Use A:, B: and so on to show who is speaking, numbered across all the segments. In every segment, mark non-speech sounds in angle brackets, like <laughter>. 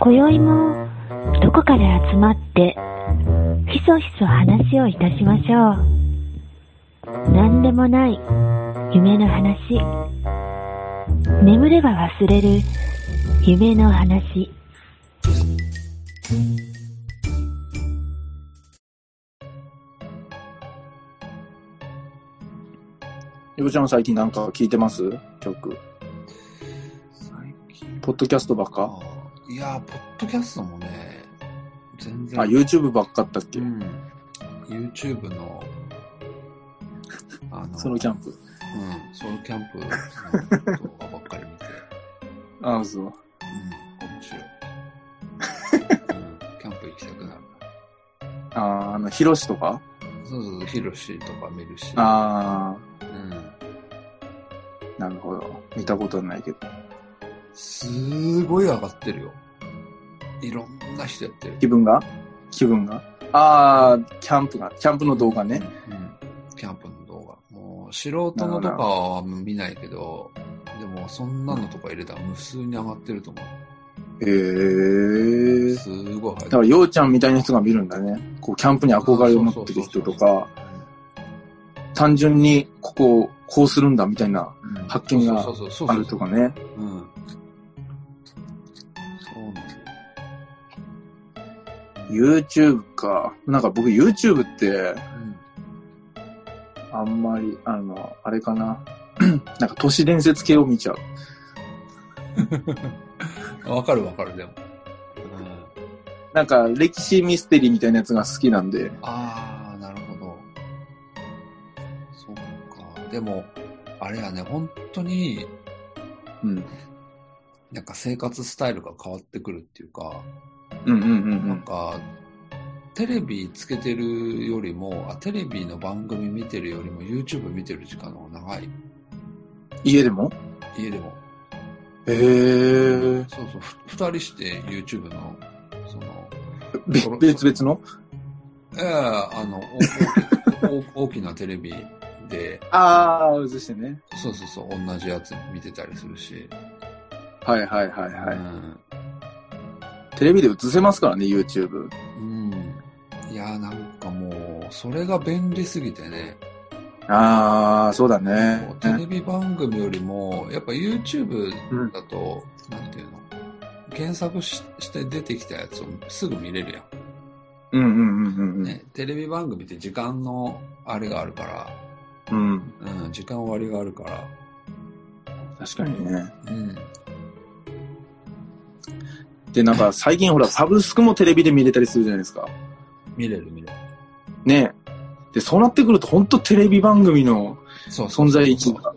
A: 今宵もどこかで集まってひそひそ話をいたしましょう何でもない夢の話眠れば忘れる夢の話
B: ゆこちゃん最近なんか聞いてます曲。
C: 最近
B: ポッドキャストばっか
C: か。いやー、ポッドキャストもね、全然。
B: あ、YouTube ばっかだったっけ、
C: うん。YouTube の、あの
B: ソロキャンプ。
C: うん、ソロキャンプの動画ばっかり見て、
B: ああ、そう。
C: うん、面白い。うんキャンプ行きたくなる。
B: ああ、あの、ヒロシとか
C: そうそうそう、ヒロシとか見るし。
B: あ
C: うん。
B: あ、なるほど。見たことないけど。
C: すごい上がってるよ。いろんな人やってる。
B: 気分が気分がああ、キャンプが、キャンプの動画ね。
C: うん。キャンプの動画。もう、素人のとかは見ないけど、でも、そんなのとか入れたら無数に上がってると思
B: へえ
C: う。
B: ー。
C: すごい
B: だか
C: 入
B: ら、ようちゃんみたいな人が見るんだね。こう、キャンプに憧れを持ってる人とか、単純に、ここをこうするんだみたいな発見が
C: そうそうそうそう
B: あるとかね。
C: うん。そうなんだよ。
B: YouTube か。なんか僕 YouTube って、
C: うん。
B: あんまり、あの、あれかな。 <clears throat> なんか都市伝説系を見ちゃう。
C: わかるわかる、でも。うん、
B: なんか歴史ミステリーみたいなやつが好きなんで。
C: ああ、なるほど。そっか。でも、あれやね、本当に、
B: うん。
C: なんか生活スタイルが変わってくるっていうか、
B: うんうんうんう
C: なん
B: ん。
C: か、テレビつけてるよりも、あ、テレビの番組見てるよりも YouTube 見てる時間の方が長い。
B: 家でも
C: 家でも。
B: へえ。
C: そうそう、ふ二人して YouTube の、その、
B: べ別々の
C: ええあの、おおお大き <laughs> なテレビで、
B: ああ、映してね。
C: そうそうそう、同じやつ見てたりするし。
B: はいはいはいは
C: うん
B: い。テレビで映せますからね、YouTube。
C: うん。いやーなんかもう、それが便利すぎてね、
B: ああ、そうだ
C: こ
B: ね
C: う。テレビ番組よりも、やっぱ YouTube
B: うん
C: だと、なんていうの検索しして出てきたやつをすぐ見れるや
B: うんうんうんうん
C: ん。
B: うん。
C: ね、テレビ番組って時間のあれがあるから、
B: うん。
C: うん、時間割があるから、
B: 確かにね。
C: うん。
B: で、なんか最近ほら、サブスクもテレビで見れたりするじゃないですか。
C: 見れる見れる。
B: ねで、そうなってくると本当テレビ番組の
C: そうそう
B: 存在意義が。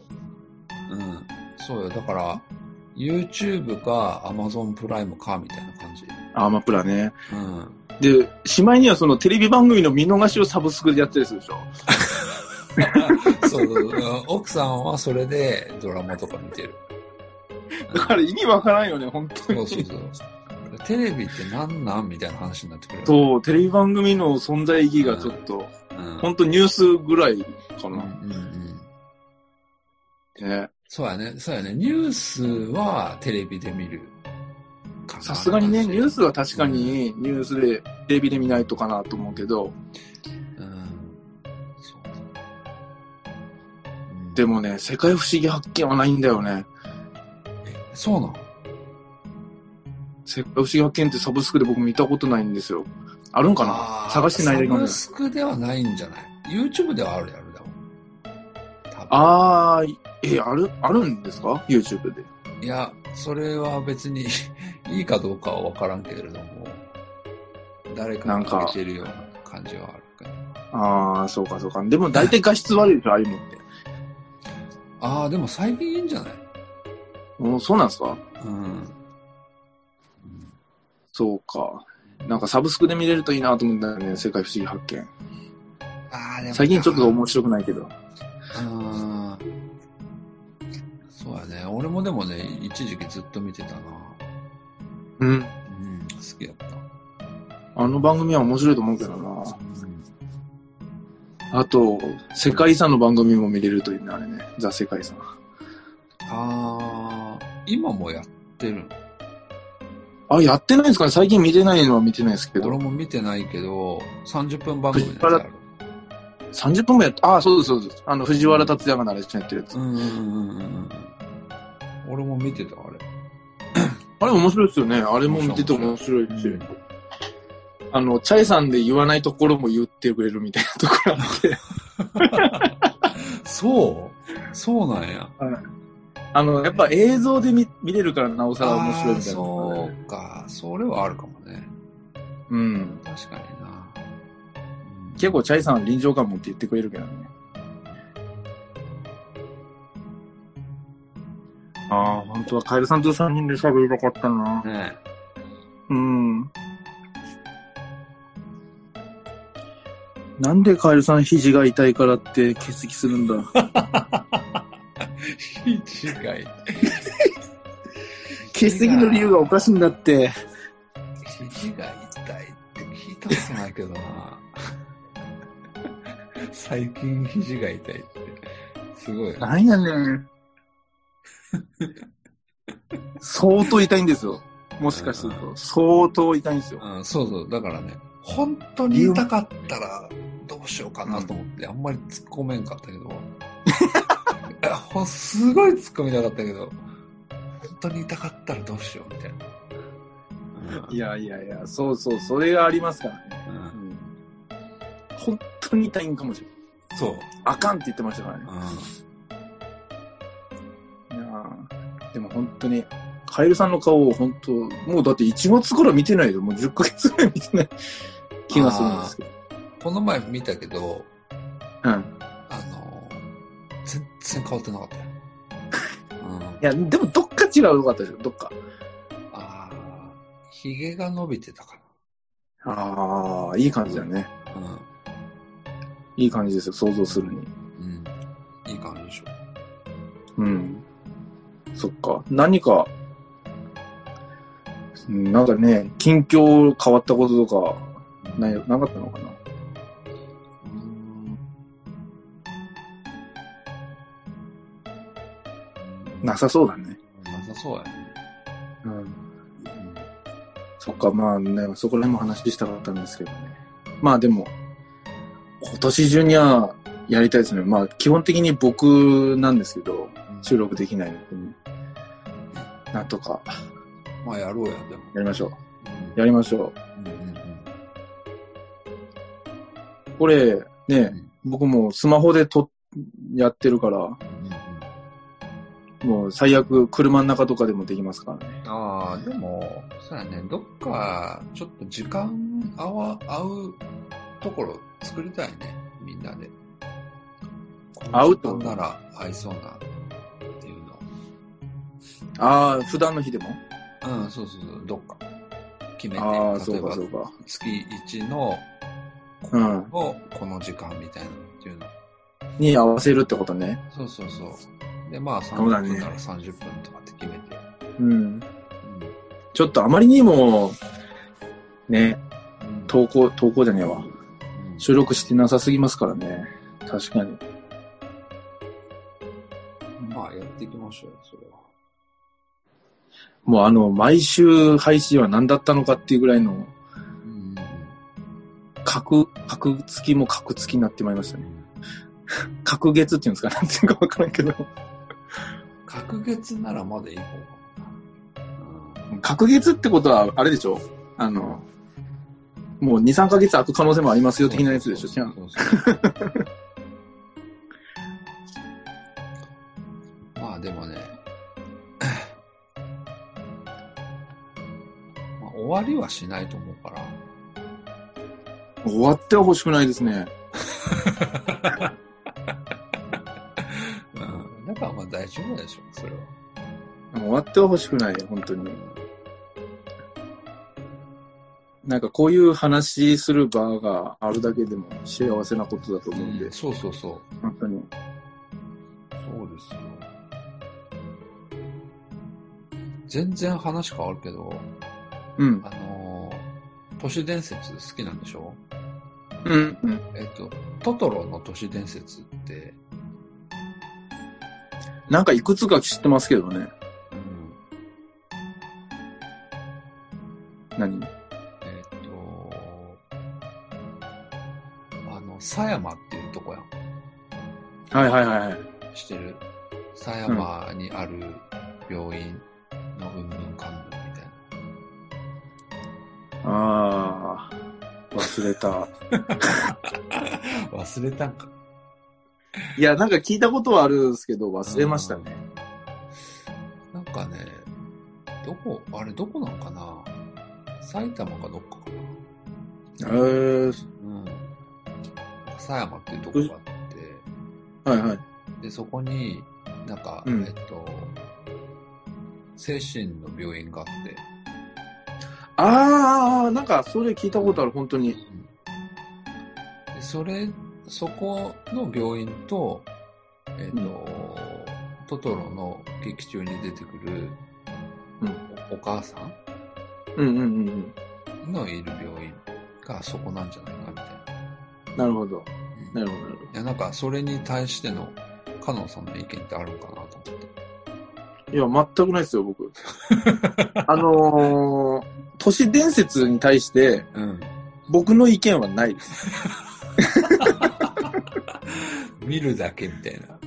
C: うん。そうよ。だから、YouTube か Amazon プライムかみたいな感じ。
B: アーマプラね。
C: うん。 <laughs>
B: で、しまいにはそのテレビ番組の見逃しをサブスクでやってたりするでしょ。
C: そう、うん奥さんはそれでドラマとか見てる。
B: だから意味わからんよね、本当
C: そう
B: に。
C: そうそう。テレビってなんなんみたいな話になってくる。う。
B: そう、テレビ番組の存在意義がちょっと、
C: うん。
B: 本当ニュースぐらいか
C: うんう
B: な。
C: んうん。
B: ね
C: そうやね。そうやね。ニュースはテレビで見るかな。
B: さすがにね、ニュースは確か
C: うん。
B: にニュースでテレビで見ないとかなと思うけど、
C: うん。そう。うん
B: で、もね、世界不思議発見はないんだよね。
C: そうなの
B: 世界不思議発見ってサブスクで僕見たことないんですよ。あるんか
C: あ
B: な
C: ー
B: 探してないだけか
C: サ
B: も
C: ブ
B: し
C: スクではないんじゃない ?YouTube ではあるやろ、でも。多
B: れ
C: 分
B: ない。あー、え、ある、あるんですか ?YouTube で。
C: いや、それは別に <laughs> いいかどうかはわからんけれども、誰かがかけてるような感じはあるけど。
B: あー、そうかそうか。でも大体画質悪いでしょ、ああいうのって。
C: ああ、でも最近いいんじゃない
B: もうそうなんですか
C: うん。
B: そうか。なんかサブスクで見れるといいなと思うんだよね、世界不思議発見。
C: ああ、でも。
B: 最近ちょっと面白くないけど。
C: うん。そうやね。俺もでもね、一時期ずっと見てたな。
B: うん。
C: うん、好きやった。
B: あの番組は面白いと思うけどな。あと、世界遺産の番組も見れるといいね、あれね。ザ・世界遺産。
C: ああ、今もやってるの
B: あ、やってないんですかね最近見てないのは見てないですけど。
C: 俺も見てないけど、30分番組のやつある。
B: 30分もやっあ、そうです、そうです。あの、藤原達也がナレーションやってるやつ。
C: うんうんうんうんうん。俺も見てた、あれ。
B: あれ面白いですよね。あれも見てて面白いし。あの、チャイさんで言わないところも言ってくれるみたいなところあって。
C: そうそうなんや。
B: あの、やっぱ映像で見見れるからなおさら面白いみたいな。
C: あーそうか。それはあるかもね。
B: うん。
C: 確かにな。うん
B: 結構チャイさんは臨場感持って言ってくれるけどね。ああ、本当はカエルさんと3人で喋ればよかったな。
C: ね
B: うん。なんでカエルさん肘が痛いからって欠席するんだ。
C: え。違い。
B: <laughs> 欠席の理由がおかしいんだって。
C: 肘が痛いって聞いたことないけどな。最近肘が痛いって。すごい。
B: なんやねん。相当痛いんですよ。もしかすると。相当痛いんですよ。
C: うん、そうそう。だからね、本当に痛かったらどうしようかなと思って、あんまり突っ込めんかったけど。えほんすごい突っ込みたかったけど、本当に痛かったらどうしようみたいな。
B: いやいやいや、そうそう、それがありますからね。
C: うんうん
B: 本当に痛いんかもしれない。
C: そう。
B: あかんって言ってましたからね
C: う。ん
B: いやーでも本当に、カエルさんの顔を本当、もうだって1月から見てないよ。もう10ヶ月ぐらい見てない気がするんですけど。
C: この前見たけど、
B: うん。
C: あの、全然変わってなかったよ。
B: <laughs>
C: うん。
B: いや、でもどっか違うよかったですよ、どっか。
C: ああ、髭が伸びてたか
B: ああ、いい感じだね。
C: な。うん。
B: いい感じですよ、想像するに。
C: うん。いい感じでしょ。
B: うん。そっか。何か、うんなんかね、近況変わったこととか、ないなかったのかな。
C: うん。
B: なさそうだね。
C: なさそうやね。
B: うん。
C: うん
B: そっか、まあね、そこら辺も話したかったんですけどね。まあでも、今年中にはやりたいですね。まあ基本的に僕なんですけど、収録できないのでね、なんとか
C: まあやろうや、でも。
B: やりましょう。
C: うん
B: やりましょ
C: うんうん
B: う。これ、
C: う
B: ね、
C: ん
B: 僕もスマホでとやってるから、
C: うんうん
B: もう最悪車の中とかでもできますからね。
C: ああ、でも、そうやね、どっか、ちょっと時間合わ、合うところ作りたいね、みんなで。
B: 合うって
C: こ
B: こと
C: んな時間なら合いそうな、っていうの。
B: ああ、普段の日でも
C: うん、そうそうそう、どっか。決めて、
B: ああ、そ
C: 例え
B: うか
C: ば
B: そうか。
C: 月1の、こ
B: うん
C: の、この時間みたいなのっていうの。
B: に合わせるってことね。
C: そうそうそう。で、まあ、
B: そうだ
C: 30
B: ね
C: 分なら30分とかって決めて。
B: うん。ちょっとあまりにも、ね、
C: うんうん
B: 投稿、投稿じゃねえわ。
C: うん
B: 収録してなさすぎますからね。確かに。
C: まあ、やっていきましょうよ、それは。
B: もうあの、毎週配信は何だったのかっていうぐらいの、
C: うん。
B: 格、格付きも格付きになってまいりましたね。格月っていうんですかなんていうかわからんけど。
C: 隔月ならまだいい方かもな。
B: 格月ってことは、あれでしょあの、もう2、3ヶ月空く可能性もありますよ的なやつでしょ違
C: そう
B: う
C: そうそうそうまあでもね、 <laughs> まあ、終わりはしないと思うから。
B: 終わっては欲しくないですね。
C: うん、だからまあ大丈夫でしょ、それは。
B: 終わっては欲しくない、本当に。なんかこういう話する場があるだけでも幸せなことだと思うんで、
C: そうそうそう。
B: 本当に。
C: そうですよ。全然話変わるけど、
B: うん。
C: あのー都市伝説好きなんでしょ
B: うん。うん。
C: えっと、トトロの都市伝説って、
B: なんかいくつか知ってますけどね。
C: うん、
B: 何
C: えっと、あの、狭山っていうとこやん。
B: はいはいはいはい。
C: してる。狭山にある病院のうんぬんかんぬんみたいな。
B: ああ、忘れた。
C: <laughs> 忘れたんか。
B: いや、なんか聞いたことはあるんですけど、忘れましたね。
C: なんかね、どこ、あれどこなんかな埼玉かどっかかな
B: えー、
C: うん。狭山っていうとこがあって、
B: はいはい。
C: で、そこに、なんか、
B: うん
C: えっと、精神の病院があって、
B: ああ、なんかそれ聞いたことある、本当に。
C: でそれ、そこの病院と、えっ、と、
B: う
C: トトロの劇中に出てくる、
B: うん
C: おお母さ
B: うんうんうんうん。
C: んのいる病院がそこなんじゃないかみたいな。
B: なるほど。
C: う
B: な
C: ん
B: るほど、なるほど。
C: いや、なんか、それに対しての、カノンさんの意見ってあるのかなと思って。
B: いや、全くないですよ、僕。あのー、都市伝説に対して、
C: うん。
B: 僕の意見はないです。
C: 見るだけみたいな。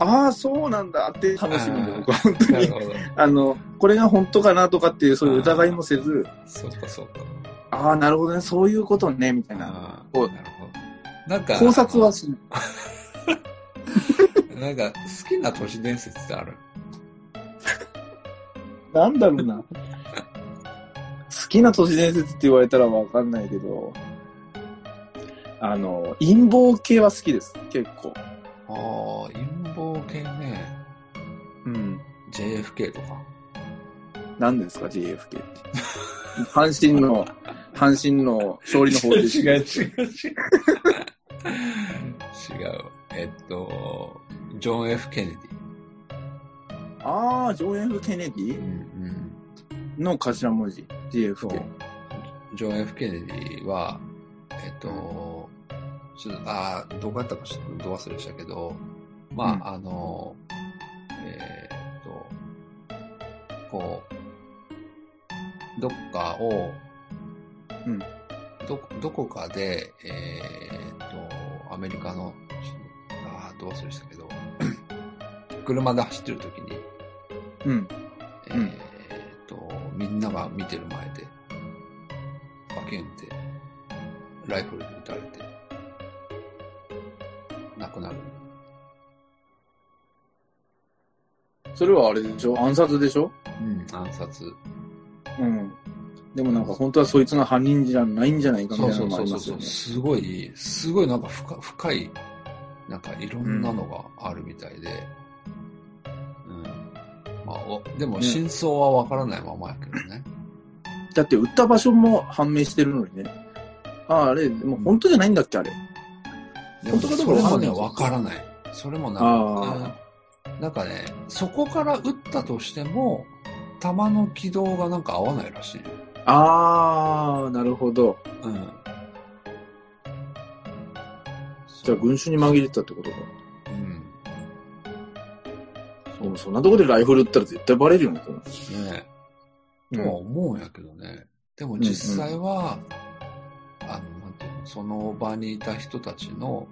B: ああ、そうなんだって楽しみで、僕は <laughs> 本当
C: なる
B: に。
C: ほど。
B: あの、これが本当かなとかっていう、そういう疑いもせず、
C: そうか、そうか。
B: ああ、なるほどね、そういうことね、みたいな。
C: ああ、
B: こ
C: な
B: う
C: るほど。なんか、
B: 考察はしない。
C: あの、なんか、好きな都市伝説ってある
B: なんだろうな。好きな都市伝説って言われたらわかんないけど、あの、陰謀系は好きです、結構。
C: ああ、陰謀系ね。
B: うん。
C: JFK とか。
B: 何ですか、JFK って。阪神の、阪神の勝利の方程式。
C: <laughs> 違う違う違う。違う。えっと、ジョン・ F ・ケネディ。
B: ああ、ジョン・ F ・ケネディ
C: ん
B: の頭文字、
C: そう
B: JFK。。
C: ジョン・ F ・ケネディは、えっと、ちょっと、ああ、どこやったかちょっとど忘れしたけど、まあ、
B: うん
C: あの、えーっと、こう、どっかを、
B: うん
C: ど、どこかで、えーっと、アメリカの、ちょっとああ、どう忘れしたけど、 <clears throat> 車で走ってる時に、
B: うん。
C: えーっと、みんなが見てる前で、バキュンって、ライフルで撃たれて、亡くなる。
B: それはあれでしょ暗殺でしょ
C: うん、暗殺。
B: うん。でもなんか本当はそいつが犯人じゃないんじゃないかみた
C: そ
B: いうな
C: そ
B: の
C: う
B: もありま
C: そうそう
B: すよね。
C: すごい、すごいなんか深深い、なんかいろんなのがあるみたいで、うん。まあ、おでも
B: ね
C: 真相はわからないままやけどね。
B: だって売った場所も判明してるのにね。ああ、あれ、もう本当じゃないんだっけ、あれ。
C: でも
B: 本当かど
C: そうれ
B: かわか
C: も
B: んな
C: ね、
B: い
C: わからない。それもなん
B: あ
C: か、うんなんかね、そこから撃ったとしても、弾の軌道がなんか合わないらしいよ。
B: ああ、なるほど。
C: うん。
B: じゃあ群衆に紛れてたってことか。
C: うん。
B: でもそんなとこでライフル撃ったら絶対バレるよね。
C: ね
B: う
C: と
B: ん
C: は思うんやけどね。でも実際は、あの、なんていうの、その場にいた人たちの、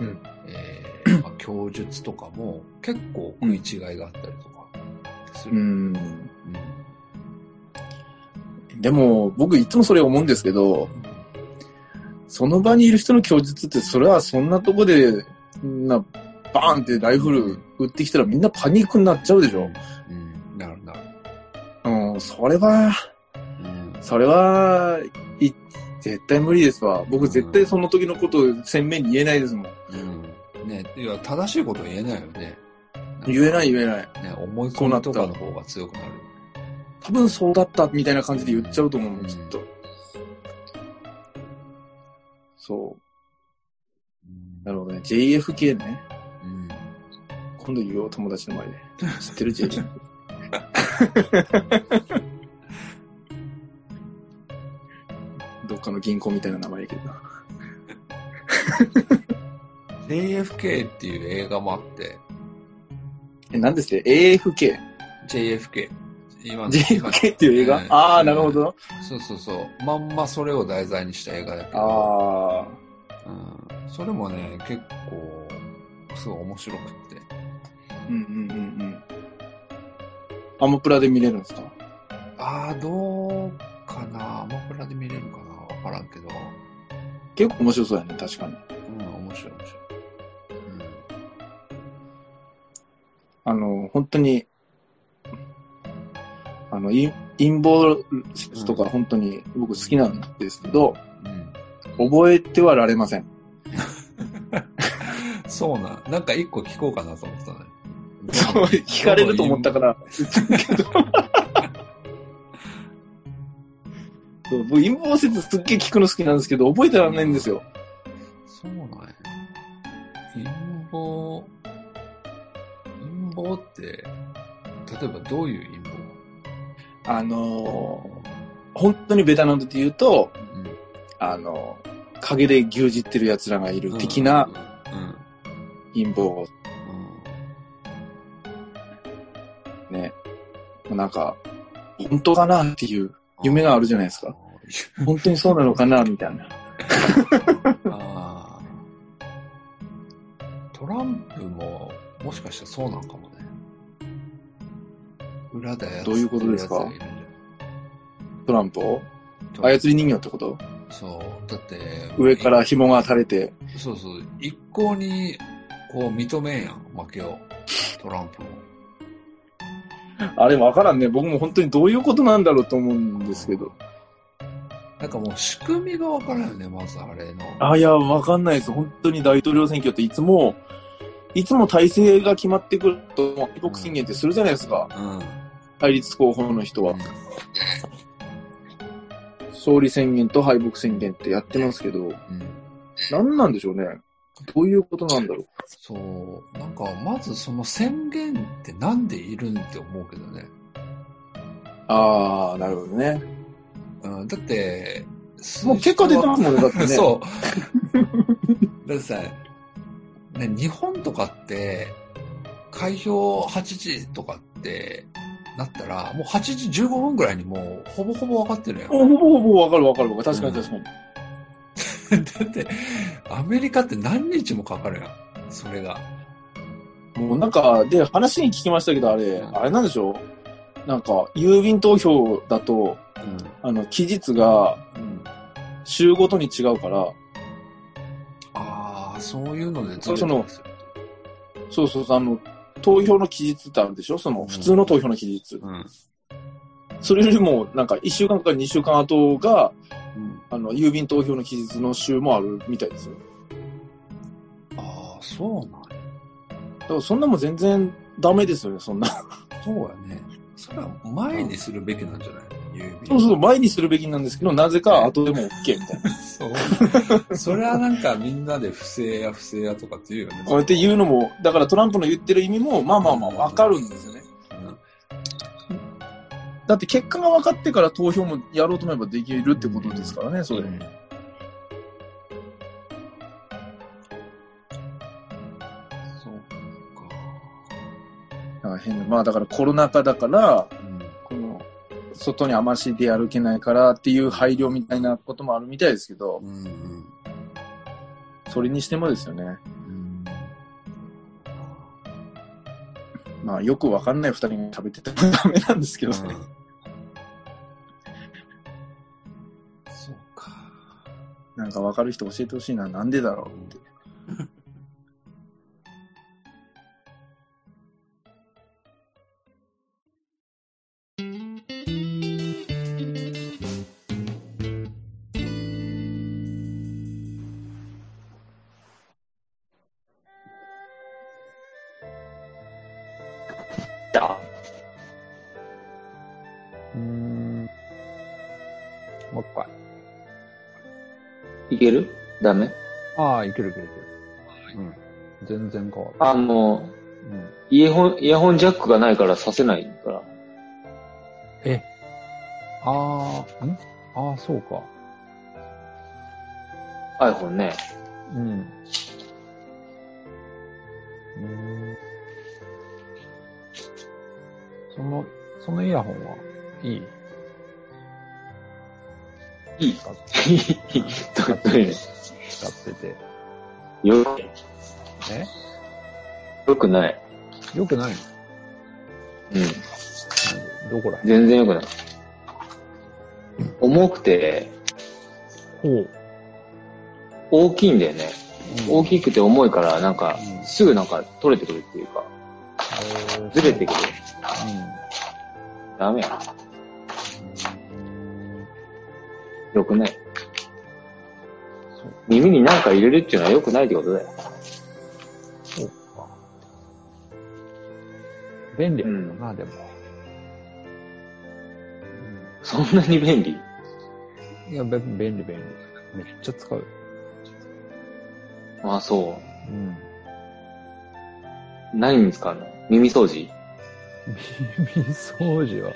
B: うん
C: えーまあ、供述とかも結構食い違いがあったりとかす
B: うん。
C: る。うん
B: でも僕いつもそれ思うんですけど、その場にいる人の供述って、それはそんなとこで、な、バーンってライフル撃ってきたらみんなパニックになっちゃうでしょ。
C: うん、なるなる。
B: うん、それは、
C: うん、
B: それは、い、絶対無理ですわ。僕絶対その時のことを鮮明に言えないですもん。
C: うん。ね、いや、正しいことは言えないよね。
B: 言えない
C: ね、
B: 言えない。
C: 思い込みとかの方が強くなる。
B: 多分そうだったみたいな感じで言っちゃうと思うも
C: うん
B: ん、きっと。そう。なるほどね。JFK ね。
C: うん。
B: 今度言おう、友達の前で。知ってる <laughs> ?JFK。どっかの銀行みたいな名前やけどな。
C: JFK っていう映画もあって、
B: え、何ですって ?AFK。
C: JFK。今の
B: JFK っていう映画、
C: ええ
B: ああ、なるほど。
C: そうそうそう。まんまそれを題材にした映画だけど、
B: ああ。
C: うん、それもね、結構、すごい面白くって。
B: うんうんうんうん。アマプラで見れるんですか
C: ああ、どうかなアマプラで見れるかなわからんけど、
B: 結構面白そうやね、確かに。
C: うん、面白い面白い。
B: あの、本当に、あの、陰陰謀説とか本当に僕好きなんですけど、
C: うん。うん
B: 覚えてはられません。
C: <laughs> そうなん。なんか一個聞こうかなと思ってたね。
B: そう、 <laughs> <laughs> 聞かれると思ったから。そう僕陰謀説すっげえ聞くの好きなんですけど、覚えてられないんですよ。
C: そうなんや。陰謀、陰謀って、例えばどういう陰謀
B: あのー本当にベタなことで言うと、
C: うん
B: あのー陰で牛耳ってる奴らがいる的な、
C: うん
B: 陰謀
C: うん
B: ね、なんか、本当かなって <laughs> いう、夢があるじゃないですか。本当にそうなのかなみたいな。
C: あートランプも、もしかしたらそうなんかもね。裏で操ってる
B: どういうことですか
C: やつがいるんじ
B: トランプを
C: ゃない
B: 操り人形ってこと
C: そう。だって、
B: 上から紐が垂れて。
C: そうそう。一向に、こう、認めんやん、負けを。トランプも。
B: あれわからんね。僕も本当にどういうことなんだろうと思うんですけど。。
C: なんかもう仕組みがわからんよね、まずあれの。
B: あ、いや、わかんないです。本当に大統領選挙っていつも、いつも体制が決まってくると、敗北宣言ってするじゃないですか。
C: うん。
B: 対立候補の人は。勝利宣言と敗北宣言ってやってますけど、
C: うん。
B: 何なんでしょうね。どういうことなんだろう。
C: そう。なんか、まずその宣言ってなんでいるんって思うけどね。
B: ああ、なるほどね。
C: うん。だって、
B: もう結果出てますもんね、だってね。
C: そう。 <laughs> だってさ、ね、日本とかって、開票8時とかってなったら、もう8時15分ぐらいにもうほぼほぼ分かってるやん。
B: ほぼほぼわかるわかるわかる。確かに確かに。
C: だって、アメリカって何日もかかるやん。それが。
B: もうなんか、で、話に聞きましたけど、あれ、
C: うん
B: あれなんでしょうなんか、郵便投票だと、あの、期日が
C: うん。
B: 週ごとに違うから、
C: ああ、そういうのでず
B: そ
C: れて
B: の
C: ますよ。
B: そうそうそう、あの、投票の期日ってあるでしょその、
C: うん
B: 普通の投票の期日。
C: うん。
B: それよりも、なんか、1週間から2週間後が、
C: うん
B: あの、郵便投票の期日の週もあるみたいですよ。
C: ああ、そうなんや。
B: だから、そんなもん全然ダメですよね、そんな。
C: そうやね。それは前にするべきなんじゃない郵便
B: そうそう、前にするべきなんですけど、なぜか後でも OK みたいな。
C: そう。それはなんかみんなで不正や不正やとかって言うよね。
B: こうやって言うのも、だからトランプの言ってる意味も、まあまあまあわかるんですよね。
C: うん
B: だって結果が分かってから投票もやろうと思えばできるってことですからね、それ。
C: そう
B: なんか変なまあだからコロナ禍だから、
C: か。うん。
B: この、外にあましで歩けないからっていう配慮みたいなこともあるみたいですけど
C: う、んうん
B: それにしてもですよね。
C: うん。
B: まあよく分かんない二人が食べててもダメなんですけどね。
C: そうか。
B: なんか分かる人教えてほしいな、なんでだろうって。
D: うん。もう一回。
E: いけるダメ
D: ああ、いけるいけるいける。うん。全然変わる。
E: あの、
D: うん。
E: イヤホン、イヤホンジャックがないからさせないから。
D: え。ああ、んああ、そうか。
E: iPhone <laughs> ね。
D: うん。うん。その、そのイヤホンはいい
E: いい
D: 使っ
E: どどういう
D: 使ってて。
E: のよ、
D: え
E: よくない。
D: よくない
E: うん。
D: のどこらへん
E: 全然よくない。重くて、
D: ほう。
E: 大きいんだよね。大
D: い。
E: きくて重いから、なんか、
D: うん
E: すぐなんか取れてくるっていうか、ずれてくる。ダメや。
D: うん。
E: よくない。耳になんか入れるっていうのはよくないってことだよ。
D: そうか。便利やけどな、でも。
E: そんなに便利
D: うんいや、べ便利便利。めっちゃ使うよ。
E: あ、そ
D: うん。 <laughs>
E: う。何に使うの耳掃除
D: 耳掃除は、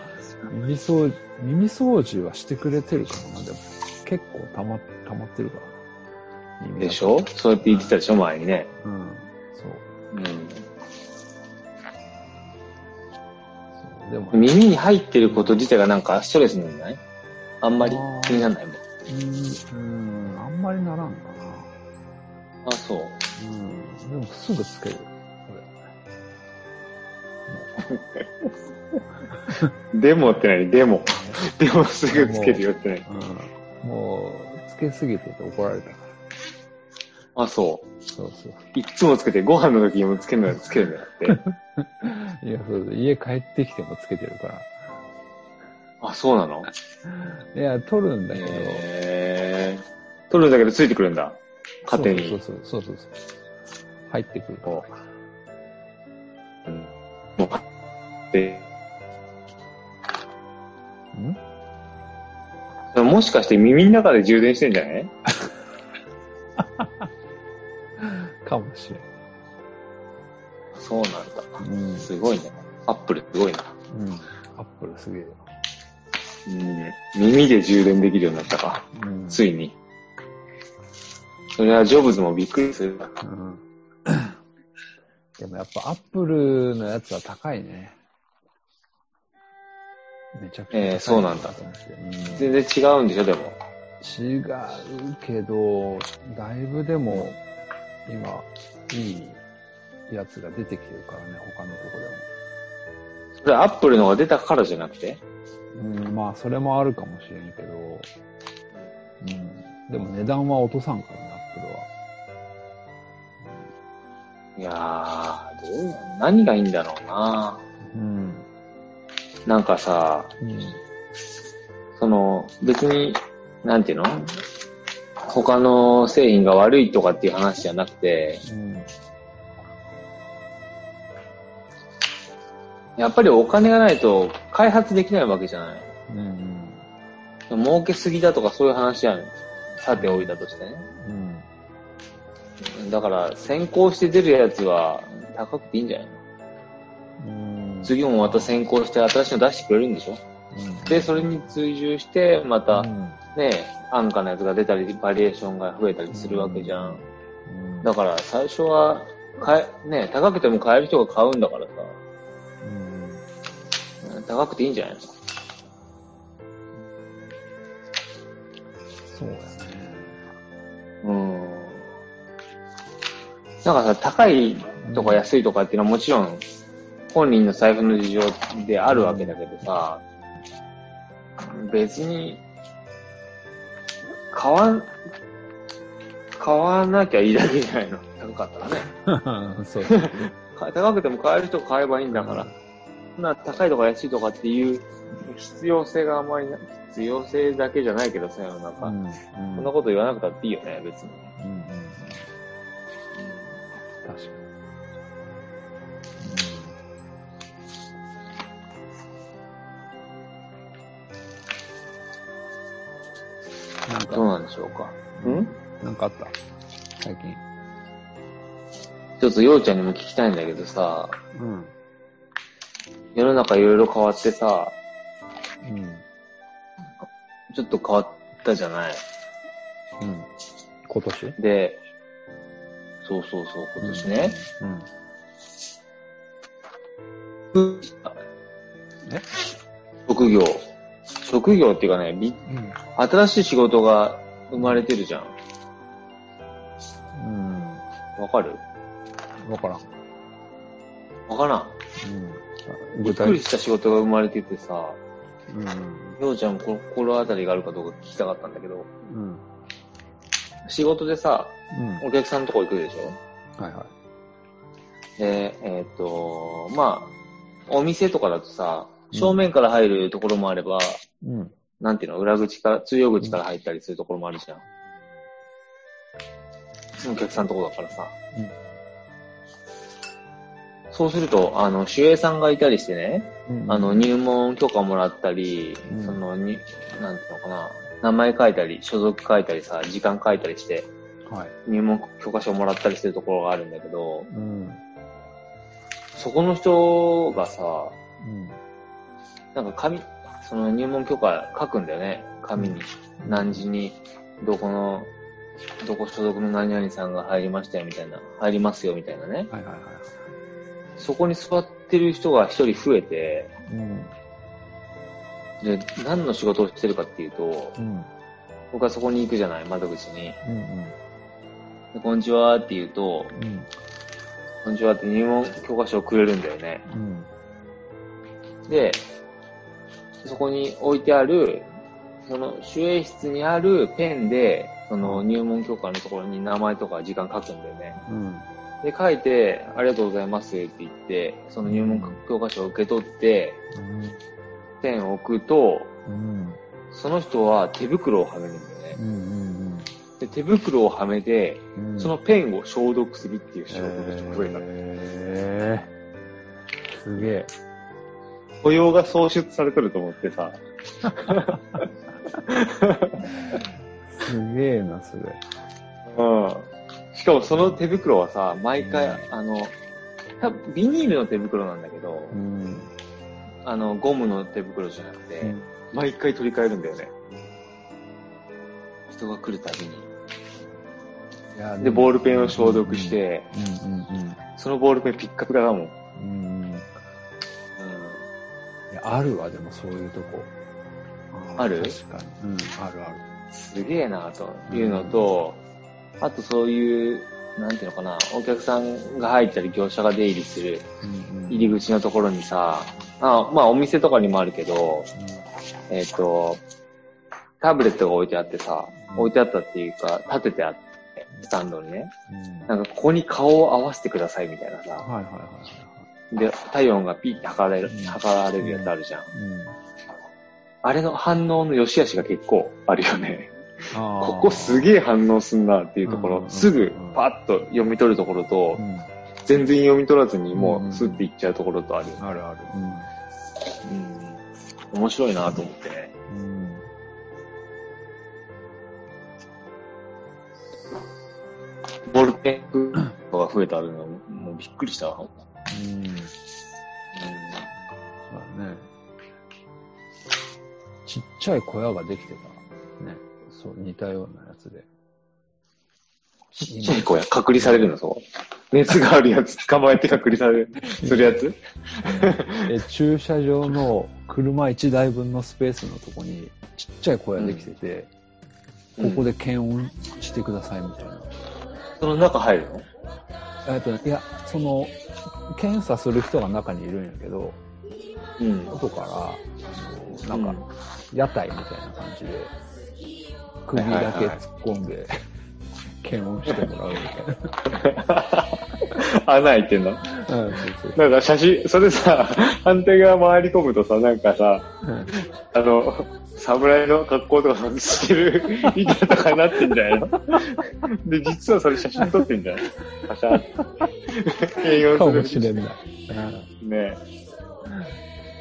D: 耳掃除、耳掃除はしてくれてるかもな、でも。結構たま、たまってるから。耳
E: でしょそうやって言ってたでしょ前にね。
D: うん。そう。
E: うん。
D: そうでも、うん、
E: 耳に入ってること自体がなんかストレスになんないあんまり気にならないもん。
D: うん、あんまりならんかな。
E: あ、そう。
D: うん。でも、すぐつける。
E: でもって何でも。でもすぐつけるよって何
D: これうん。もう、つけすぎてて怒られたから。
E: あ、そう。
D: そうそう。
E: いっつもつけて、ご飯の時にもつけるのつけるんだって。
D: いや、そう家帰ってきてもつけてるから。
E: <laughs> あ、そうなの
D: いや、取るんだけど。
E: へー。取るんだけどついてくるんだ。勝手に。
D: そうそうそうそうそうそう。入ってくるから。
E: うんもう、で、
D: ん
E: もしかして耳の中で充電してんじゃない
D: かもしれ
E: そうなんだ。
D: ん。うん。うん。
E: すごいね。アップルすごいな。
D: アップルすげえよ。
E: うん。耳で充電できるようになったか。
D: うん。
E: ついに。それはジョブズもびっくりするな。
D: うん。でもやっぱアップルのやつは高いね。めちゃくちゃ高い。
E: えーそうなんだ
D: うん
E: 全然違うんでしょ、でも。
D: 違うけど、だいぶでも、今、いいやつが出てきてるからね、他のとこ
E: それアップルのが出たからじゃなく
D: で
E: て
D: も。うん、まあ、それもあるかもしれんけど、うん。でも値段は落とさんからね、アップルは。
E: いやー、どうなん何がいいんだろうな
D: うん。
E: なんかさ、
D: うん。
E: その、別に、なんていうの他の製品が悪いとかっていう話じゃなくて、
D: うん。
E: やっぱりお金がないと開発できないわけじゃない。
D: うん。
E: 儲けすぎだとかそういう話やん。さておいたとしてね。
D: うん。
E: だから、先行して出るやつは高くていいんじゃないの
D: うん。
E: 次もまた先行して新しいの出してくれるんでしょ
D: うん
E: で、それに追従して、また
D: う
E: ね、
D: ん
E: 安価なやつが出たり、バリエーションが増えたりするわけじゃん。
D: うん
E: だから、最初は、買え、ね、高くても買える人が買うんだからさ、
D: うん
E: 高くていいんじゃないの
D: そうやね。
E: うん。なんかさ、高いとか安いとかっていうのはもちろん、本人の財布の事情であるわけだけどさ、別に、買わん、買わなきゃいいだけじゃないの。高かったらね。
D: そう。
E: か高くても買える人が買えばいいんだから。そんな高いとか安いとかっていう必要性があんまりな、必要性だけじゃないけどさ、世の中。
D: うん。
E: そんなこと言わなくたっていいよね、別に。
D: うんうんうん確かに。うんなん
E: どう
D: か、
E: なんでしょうか。ん
D: なんかあった最近。
E: ちょっとようちゃんにも聞きたいんだけどさ、
D: うん。
E: 世の中いろいろ変わってさ、
D: うん。
E: ちょっと変わったじゃない。
D: うん。今年
E: で、そうそうそう、今年ね。
D: うん。
E: 夫婦職業。職業っていうかね、び
C: うん。
E: 新しい仕事が生まれてるじゃん。
D: うん。
E: わかる
D: わからん。
E: わからん。
D: うん。
E: びっくりした仕事が生まれててさ、
D: うん。
E: ようちゃんもこ心当たりがあるかどうか聞きたかったんだけど、
D: うん。
E: 仕事でさ、
D: うん。
E: お客さんのとこ行くでしょ
D: はいは
E: で、えーっと、まあ、お店とかだとさ、正面から入るところもあれば、
D: い。うん。
E: なんていうの、裏口から、通用口から入ったりするところもあるじゃん。お客さんのとこだからさ。
D: うん
E: そうすると、あの、守衛さんがいたりしてね、
D: うん
E: あの、、入門許可もらったり、
D: うん
E: その、に、なんていうのかな、名前書いたり、所属書いたりさ、時間書いたりして、
D: はい。
E: 入門許可証もらったりするところがあるんだけど、
D: うん。
E: そこの人がさ、
D: うん。
E: なんか紙、その入門許可書くんだよね。紙に。何時に、どこの、どこ所属の何々さんが入りましたよみたいな。入りますよみたいなね。
D: はいはいは
E: そこに座ってる人が一人増えて、
D: い。うん。
E: で、何の仕事をしてるかっていうと、
D: うん。
E: 僕はそこに行くじゃない、窓口に。
D: うん。
E: でこんにちはって言うと、
D: うん。
E: こんにちはって入門許可証くれるんだよね。
D: うん。
E: で、そこに置いてある、その守衛室にあるペンで、その入門許可のところに名前とか時間書くんだよね。
D: うん。
E: で、書いて、ありがとうございますって言って、その入門許可書を受け取って、ペンを置くと、
D: うん。
E: その人は手袋をはめるんだよね。
D: うん。
E: で、手袋をはめて、
D: うん。
E: その、ペンを消毒するっていう仕事で増えた。
D: えー、すげえ。
E: 雇用が創出されてると思ってさ、
D: すげえな、それ。
E: うん。しかもその手袋はさ、毎回、あの、多分ビニールの手袋なんだけど、
D: うん。
E: あの、ゴムの手袋じゃなくて、
D: うん
E: 毎回取り替えるんだよね。人が来るたびに。
D: いや
E: で、ボールペンを消毒し。て、
D: うんうん
E: そのボールペンピッカピカだもん。うん。
D: うん。うん。いやあるわ、でもそういうとこ。
E: ある
D: 確かに。うん、あるある。
E: すげえなというのと、あとそういう、なんていうのかな、お客さんが入ったり業者が出入りする
D: うんうん。
E: 入り口のところにさ、あまあお店とかにもあるけど、えっ、と、タブレットが置いてあってさ、置いてあったっていうか、立ててあって、スタンドにね。
D: うん。うん
E: なんかここに顔を合わせてくださいみたいなさ。
D: はいはいは
E: で、体温がピッて測れる
D: うん、
E: 測られるやつあるじゃん。
D: いはい。うん。
E: あれの反応の良し悪しが結構あるよね。
D: あー
E: ここすげえ反応すんなっていうとこ
D: うんうん
E: ろ
D: う、ん
E: すぐパッと読み取るところと
D: う、ん。
E: 全然読み取らずに
D: ん
E: も
D: う
E: うんうスッていっちゃうところとあるよね。
D: あるある。
E: うん。面白いなと思ってね。
D: うん。うん。
E: ボールペンが増えたのがもうびっくりしたわ。
D: うん。そうだね。ちっちゃい小屋ができてた。ね。そう、似たようなやつで。
E: ちっちゃい子や、隔離されるの、そう。熱があるやつ、捕まえて隔離される、するやつ
D: え駐車場の車1台分のスペースのとこにちっちゃい小屋できてて、
E: うん
D: ここで検温してくださいみたいな。
E: その中入るの
D: えっといや、その、検査する人が中にいるんやけど、
E: うん。
D: 外から、あの、なんか、屋台みたいな感じで、首
E: はい
D: だ
E: はい
D: け
E: はい
D: 突っ込んで、検温してもらうみ
E: <laughs> 穴開いてんの
D: たいな。うん、 <laughs> そうそう。
E: なんか写真、それさ、反対側回り込むとさ、なんかさ、
D: うん
E: あの、侍の格好とかして <laughs> る板とかになってんじゃないので、実はそれ写真撮ってんじゃ <laughs> ないパシャッ。営業する
D: かもしれない。
E: ね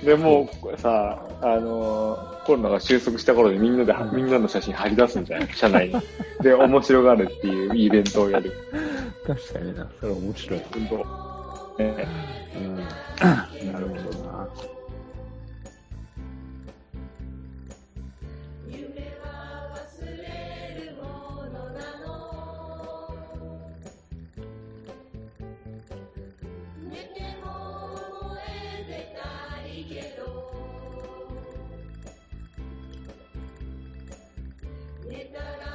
E: でもうこれさ、あのーコロナが収束した頃にみんなで、
D: うん
E: みんなの写真貼り出すんじゃない社内に。で、面白がるっていうイベントをやる。
D: 確かにな、それ面白い。
E: 本当。ね
D: うん、なるほどな。
F: 「たら